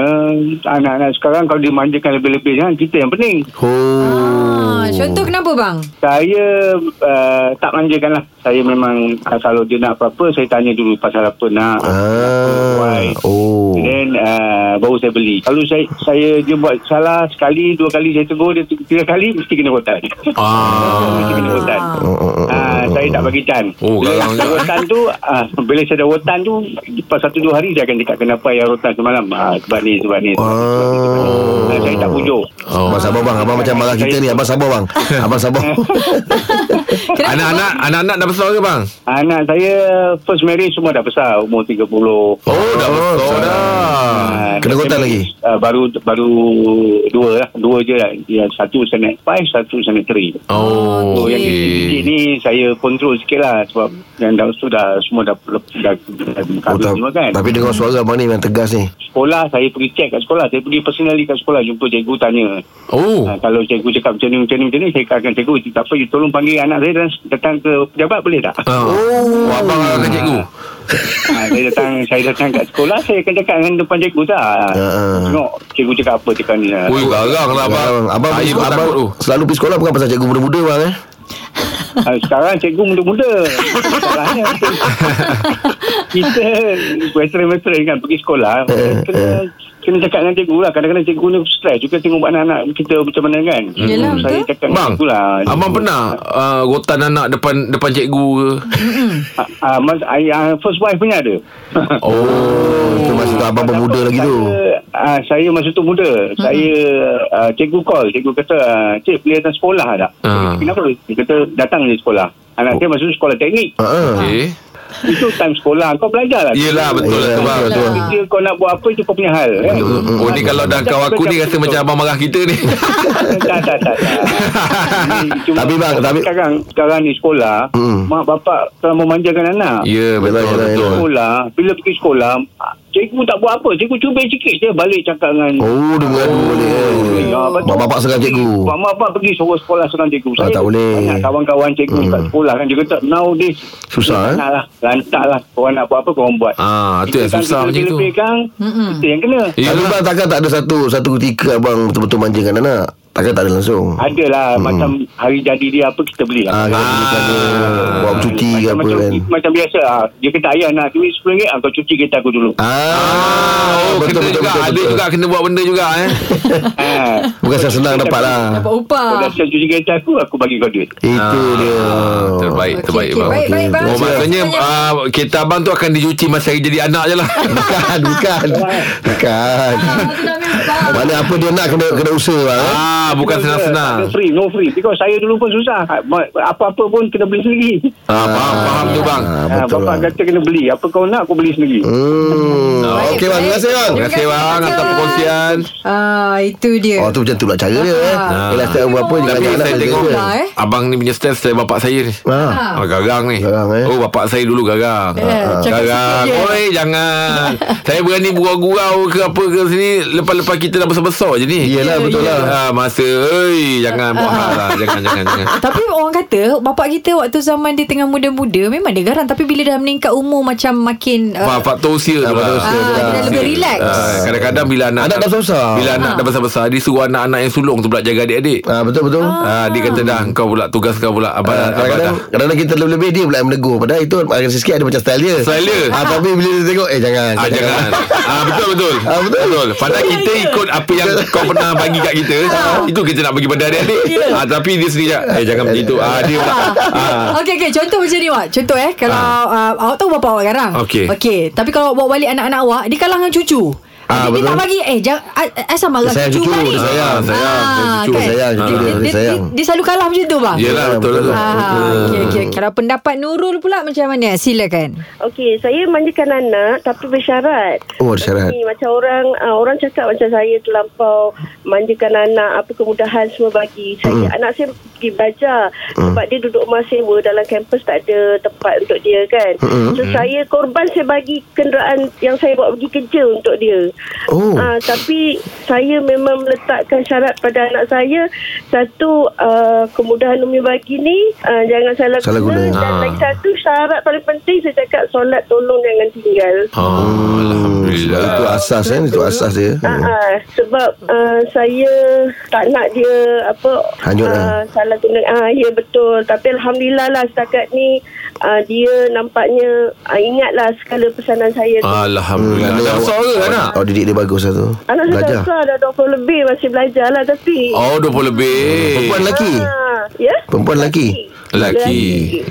S5: Anak-anak sekarang Kalau dimanjakan lebih-lebih Jangan kita yang pening
S4: Oh
S2: Ah, contoh kenapa bang?
S5: Saya uh, tak manjakan lah Saya memang uh, Kalau dia nak apa-apa Saya tanya dulu pasal apa nak
S4: ah. Oh
S5: Then uh, baru saya beli. Kalau saya saya dia buat salah sekali, dua kali saya tegur dia tiga kali mesti kena rotan.
S3: Ah.
S5: mesti kena rotan.
S4: Oh, oh, oh.
S5: Ah, saya tak bagi tan.
S3: Oh,
S5: bila
S3: garang
S5: saya
S3: juga.
S5: rotan tu, ah, bila saya dah rotan tu, lepas satu dua hari saya akan cakap kenapa yang rotan semalam. Ah, sebab ni, sebab ni.
S4: Oh.
S5: Sebab ni, sebab ni, sebab ni. Ah, saya tak pujuk.
S3: Oh.
S4: Abang sabar bang Abang macam marah kita ni Abang sabar bang Abang sabar
S2: Kenapa lah?
S3: Anak-anak anak-anak dah besar ke bang?
S5: Anak Ah, saya first marriage semua dah besar, umur 30.
S3: Oh, dah besar dah.
S5: Ah,
S4: Kena rotan lagi?
S5: Ah, baru baru dua lah, dua je lah. Yang satu saya naik 5, satu saya naik 3.
S3: Oh,
S5: Oh, yang kecil-kecil
S3: okey.
S5: ni saya control sikit lah sebab yang dah tu dah semua dah dah, dah, dah
S4: oh,
S5: kahwin
S4: ta-
S5: semua kan.
S4: Tapi dengar suara abang ni Memang tegas ni
S5: Sekolah saya pergi check kat sekolah, saya pergi personally kat sekolah jumpa cikgu tanya.
S3: Oh.
S5: Ha, kalau cikgu cakap macam ni macam ni macam ni saya akan cikgu tak apa you tolong panggil anak saya dan datang ke pejabat boleh tak?
S3: Ah. Oh, abang akan cikgu.
S5: ha, saya datang saya datang kat sekolah saya akan cakap dengan depan cikgu tak.
S4: Ya, ya.
S5: Tengok cikgu cakap apa cakap ni.
S3: Oi, garang lah abang.
S4: Abang Abang,
S3: Saya pun
S4: abang,
S3: takut tu.
S4: selalu pergi sekolah Bukan pasal cikgu muda-muda bang eh
S5: Ha, sekarang cikgu muda-muda. Salahnya kita western-western kan pergi sekolah
S4: Eh,
S5: kena kena cakap dengan cikgu lah. Kadang-kadang cikgu ni stress juga tengok anak-anak kita macam mana kan.
S2: Hmm. Yelah,
S5: saya
S2: betul.
S5: cakap dengan
S3: Bang,
S5: cikgu lah.
S3: abang pernah uh, rotan anak depan depan cikgu ke?
S5: Ah, ah, mas, ah, yang first wife punya ada.
S4: Oh Itu masa tu abang bermuda lagi tu
S5: Saya, ah, saya masa tu muda. Saya ah, cikgu call, cikgu kata, ah, "Cik, boleh datang sekolah tak?"
S3: Ah.
S5: Kenapa? Dia kata, "Datang je sekolah." Anak saya masa tu sekolah teknik.
S4: Ha ah.
S3: Okey.
S5: Itu time sekolah. Kau belajar lah.
S3: Yelah, betul lah
S4: Yelah,
S3: tu bang.
S4: betul, betul.
S5: Kerja kau nak buat apa itu kau punya hal kan?
S3: Oh ni kalau dah kau aku ni rasa macam abang marah kita ni.
S5: tak, tak, tak, tak. Cuma
S4: Tapi bang, tapi-
S5: sekarang sekarang ni sekolah,
S4: Hmm.
S5: mak bapak telah memanjakan anak.
S3: Ya betul
S4: Yelah, yelah,
S3: betul.
S5: Sekolah, bila pergi sekolah, ah, cikgu tak buat apa. Cikgu cubit sikit je balik cakap dengan
S4: Oh dia mengadu boleh eh.
S3: Ya,
S4: Mak bapak serang cikgu
S5: Mak bapak pergi suruh sekolah serang cikgu.
S4: Oh. Ah, tak boleh.
S5: Banyak kawan-kawan cikgu
S4: Hmm.
S5: kat sekolah kan. Dia kata, nowadays.
S4: Susah, eh?
S5: Lantak lah. Lantak lah. Korang nak buat apa, korang buat.
S3: Ah tu yang
S5: Kita
S3: susah
S5: kan
S3: macam
S5: kita
S3: tu.
S5: Lebih-lebih kan, kita yang kena.
S4: Tapi
S3: Yelah.
S4: bang takkan tak ada satu Satu ketika abang Betul-betul manjakan anak Takkan tak ada langsung
S5: Adalah hmm. macam hari jadi dia apa kita beli
S4: Ah,
S5: lah. Ah,
S4: kita belikan dia. Buat cuti ke
S5: Macam,
S4: apa
S5: macam,
S4: kan
S5: macam biasa ah. Dia kata ayah nak duit RM10 ah, Kau cuci kereta aku dulu
S3: Ah, oh, betul, kena betul, juga. Betul, ada betul. juga kena buat benda juga eh.
S5: ah.
S6: Bukan senang-senang dapat lah
S2: Dapat upah
S5: Kau dah siap cuci kereta aku Aku bagi kau duit
S4: Itu dia
S3: Ah, Terbaik,
S2: Okey,
S3: terbaik
S2: okey.
S3: bang.
S2: Baik, baik, bang.
S3: Oh, maksudnya uh, kereta abang tu akan dicuci masa hari jadi anak je lah.
S6: Bukan Bukan Bukan Mana apa dia nak Kena, kena usaha lah eh?
S3: ah, bukan senang-senang.
S5: uh, No free No free Because saya dulu pun susah Ha, Apa-apa pun kena beli sendiri
S3: Ah, faham, faham tu bang.
S6: Ah,
S5: ah,
S6: Betul
S4: lah.
S5: Bapak
S6: bang
S5: kata kena beli Apa kau nak aku beli sendiri
S6: Hmm.
S2: Baik,
S6: Okey bang Terima
S2: baik.
S6: kasih bang
S3: Ah, Terima kasih bang atas perkongsian.
S2: Ah, itu dia.
S6: Oh tu macam tu pula cara dia eh.
S2: Ah.
S6: Kalau tak apa-apa dia
S3: Tapi
S6: ajak anak
S3: saya
S6: macam
S3: tengok
S6: tu.
S2: Lah, eh.
S3: Abang ni punya style Style bapak saya ni
S6: Ah.
S3: Ah, garang ni
S6: Garang, eh.
S3: Oh bapak saya dulu garang
S2: Eh,
S3: Ah,
S2: cakap
S3: Garang
S2: sikit je.
S3: Oi jangan Saya berani gurau-gurau ke apa ke sini Lepas-lepas kita dah besar-besar je ni
S2: Ya,
S6: Yelah, betul
S3: lah ah, Masa Oi jangan buat hal lah Jangan jangan jangan
S2: Ah, Tapi orang kata Bapak kita waktu zaman dia tengah muda-muda Memang dia garang Tapi bila dah meningkat umur Macam makin ah.
S3: Faham faktor usia tu lah
S2: usia tu lah. dia lebih relax. Ah.
S3: Ah, Kadang-kadang bila anak
S6: Anak dah besar-besar.
S3: Bila anak dah besar-besar Dia suruh anak-anak yang sulung tu pula Jaga adik-adik
S6: Ah betul betul.
S3: Ah, dia kata dah kau pula tugas kau pula abang,
S6: Ah,
S3: abang dah
S6: Kadang-kadang Kadang-kadang kita lebih-lebih Dia pula yang menegur Padahal itu Agak sikit ada macam style dia
S3: Style dia.
S6: ah, Tapi bila dia tengok Eh jangan
S3: Ah, jangan. ah, betul betul.
S6: Ah, betul.
S3: betul. Ah. Padahal kita ikut apa yang kau pernah bagi kat kita, itu kita nak bagi pada adik-adik. Ah, tapi dia sendiri cakap, eh jangan begitu. Ah, dia pula. Ah.
S2: Ah. Okey okey contoh macam ni awak. Contoh eh kalau ah. uh, awak tahu bapa awak garang.
S3: Okey.
S2: Okey, tapi kalau awak bawa balik anak-anak awak, dia kalah dengan cucu. Ah, dia
S6: betul.
S2: tak bagi Eh jangan Asal marah
S6: Dia sayang
S2: cucu
S6: cucu,
S2: balik
S6: dia
S2: Ah,
S3: sayang, sayang, cucu,
S2: kan?
S6: sayang, cucu dia,
S8: Ah.
S6: dia sayang.
S2: dia, selalu kalah macam tu bang
S3: Yelah betul Ya, lah. betul.
S2: ah, okay, okay. Kalau pendapat Nurul pula Macam mana Silakan
S8: Okey, saya manjakan anak tapi bersyarat.
S6: Oh, ada syarat.
S8: Ni, macam orang uh, orang cakap macam saya terlampau manjakan anak, apa kemudahan semua bagi. Saya
S6: Hmm.
S8: anak saya pergi belajar sebab dia duduk rumah sewa dalam kampus tak ada tempat untuk dia kan.
S6: Hmm.
S8: So saya korban saya bagi kenderaan yang saya bawa pergi kerja untuk dia.
S6: Oh.
S8: Ah, tapi saya memang meletakkan syarat pada anak saya satu uh, kemudahan umi bagi ni uh, jangan salah,
S6: Salah guna.
S8: dan
S3: Ah.
S8: lagi satu syarat paling penting saya cakap solat tolong jangan tinggal.
S3: Ah,
S6: Sebab
S3: Alhamdulillah.
S6: itu asas kan Itu asas dia
S8: Ah, ah, sebab uh, saya tak nak dia apa
S6: Hanyut lah.
S8: ah, salah guna ah ya betul tapi alhamdulillah lah setakat ni ah, dia nampaknya ah, ingatlah segala pesanan saya tu.
S3: Alhamdulillah.
S6: Hmm,
S3: Dah besar ke anak?
S6: Oh didik dia bagus lah tu
S8: Anak saya dah
S6: Belajar
S8: besar dah 20 lebih masih belajar lah tapi
S3: Oh 20 lebih.
S6: Perempuan lelaki
S8: Ah, ya
S6: Perempuan lelaki
S3: Lelaki.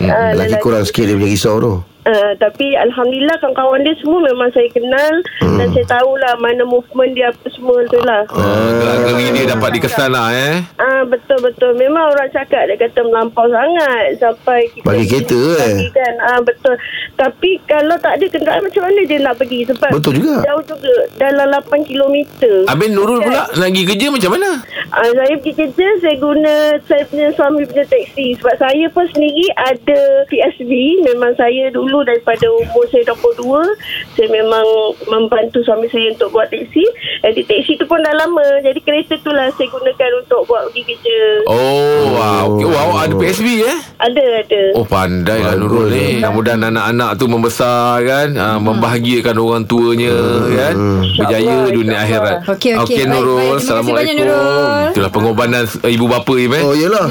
S3: Hmm.
S8: Ah,
S6: Lelaki kurang sikit Dia punya risau tu
S8: Uh, tapi Alhamdulillah kawan-kawan dia semua memang saya kenal hmm. dan saya tahulah mana movement dia apa semua tu lah.
S3: Ah, Gerak-gerik dia dapat dikesan lah eh.
S8: Ah betul-betul memang orang cakap dia kata melampau sangat sampai kita
S6: Bagi kereta, eh.
S8: Bagi kan ah betul tapi kalau tak ada kenderaan macam mana dia nak pergi sebab
S6: Betul juga.
S8: jauh juga dalam 8 kilometer
S3: Abang Nurul pula nak pergi kerja macam mana?
S8: ah, saya pergi kerja saya guna saya punya suami punya teksi sebab saya pun sendiri ada PSB memang saya dulu daripada umur saya 22 saya memang membantu suami saya untuk buat teksi jadi teksi tu pun dah lama jadi kereta tu lah saya gunakan untuk buat pergi kerja
S3: Oh, wow. Okay, wow, ada PSB eh.
S8: ada ada
S3: Oh pandai lah Nurul ni Mudah-mudahan anak-anak tu membesar kan
S6: Hmm.
S3: uh, Membahagiakan orang tuanya kan Berjaya dunia akhirat
S2: Okey, okey. Baik, baik.
S3: Okey
S2: Terima
S3: Nurul
S2: kasih banyak,
S3: Assalamualaikum
S2: Nurul.
S3: Itulah pengorbanan uh, ibu bapa ni man.
S6: Oh yelah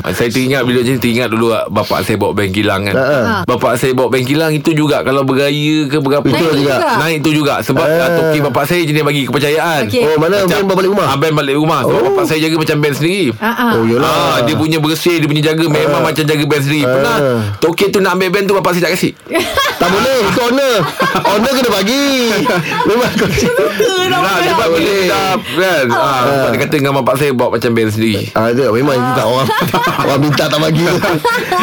S3: Ha. Saya teringat bila je teringat dulu ah, bapak saya bawa bank kilang kan.
S6: Ha,
S3: Ha. Bapak saya bawa bank kilang itu juga kalau bergaya ke berapa
S6: Itu
S3: naik
S6: juga.
S3: Naik tu juga sebab ha. toki bapak saya jenis bagi kepercayaan.
S2: Okey.
S6: Eh. Oh mana Abang bawa balik rumah
S3: Ah, band balik rumah Sebab oh. bapak saya jaga macam band sendiri
S2: Ah, ah.
S6: Oh
S3: Ah,
S6: yelah
S3: dia punya bersih, dia punya jaga memang macam jaga band sendiri. Pernah
S6: Ah.
S3: toket tu nak ambil band tu bapak saya tak kasi.
S6: Tak boleh Itu honor Honor kena bagi Memang kau
S3: Nah, sebab bila dah kan. Ah, bapak dia kata dengan bapak saya bawa macam band sendiri.
S6: Ah, itu memang itu tak orang orang minta tak bagi tu.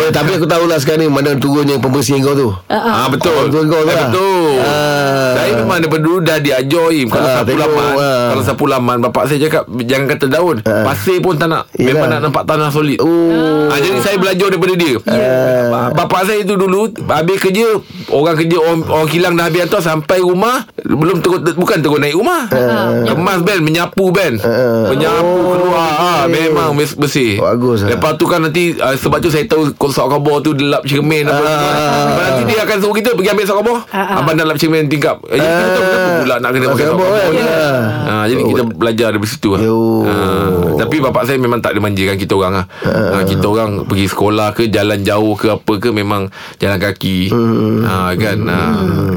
S6: eh, tapi aku tahulah sekarang ni mana turunnya pembersih kau tu.
S3: Ah, betul.
S6: Betul kau
S3: Eh,
S6: lah.
S3: betul.
S6: Ah.
S3: Saya memang daripada dulu dah diajar Im. Kalau
S6: Ah,
S3: sapu
S6: tengok,
S3: laman,
S6: ah.
S3: kalau sapu laman bapak saya cakap jangan kata daun. Pasir pun tak nak.
S6: Yelah.
S3: Memang nak nampak tanah solid.
S6: Oh.
S3: Ah, jadi saya belajar daripada dia. Yeah. Bapak saya tu dulu habis kerja, orang kerja orang, orang kilang dah habis atas sampai rumah belum terus bukan terus naik rumah. Kemas ben, menyapu ben.
S6: Ah.
S3: Menyapu
S6: Uh. Oh,
S3: keluar. Ah,
S6: okey.
S3: memang bes- bersih.
S6: Bagus lah.
S3: Lepas tu kan nanti ah, sebab tu saya tahu kau sok khabar tu dia lap cermin
S6: Ah.
S3: apa semua. Lepas Nanti dia akan suruh kita pergi ambil sok khabar. Abang dah lap cermin tingkap. Eh, kita tahu kenapa pula nak kena
S6: Masuk
S3: pakai sok
S6: rambut
S3: khabar
S6: kan.
S3: ni?
S6: Ya.
S3: Ah, jadi kita belajar dari situ lah.
S6: eh? Yo.
S3: Ah, Tapi bapak saya memang tak ada manjakan kita orang lah.
S6: Ha.
S3: Uh. Kita orang pergi sekolah ke jalan jauh ke apa ke memang jalan kaki.
S6: Hmm.
S3: Uh. Ha, kan. Ha.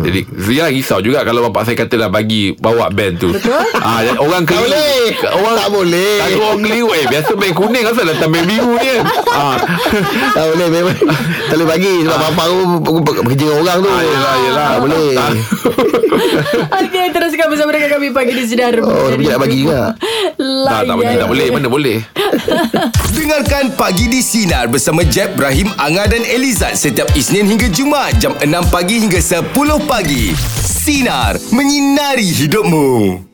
S3: Jadi saya risau juga kalau bapak saya katalah bagi bawa band tu. Betul? Ha, dan orang
S6: Tak
S3: keliru.
S6: boleh
S3: Orang
S6: Eh, Tak boleh
S3: Takut orang keliru eh Biasa main kuning Asal datang main biru ni ha.
S6: Tak boleh memang Tak boleh bagi Sebab bapak aku Kerja dengan orang tu
S3: Ah, yelah, yelah.
S6: Tak boleh
S2: Okey, teruskan bersama dengan kami pagi di Sinar.
S6: Oh, dia nak bagi juga.
S3: Tak,
S2: Layan.
S3: tak boleh, tak boleh. Mana boleh?
S1: Dengarkan Pagi di Sinar bersama Jeb, Ibrahim, Anga dan Elizad setiap Isnin hingga Jumaat jam 6 pagi hingga 10 pagi. Sinar, menyinari hidupmu.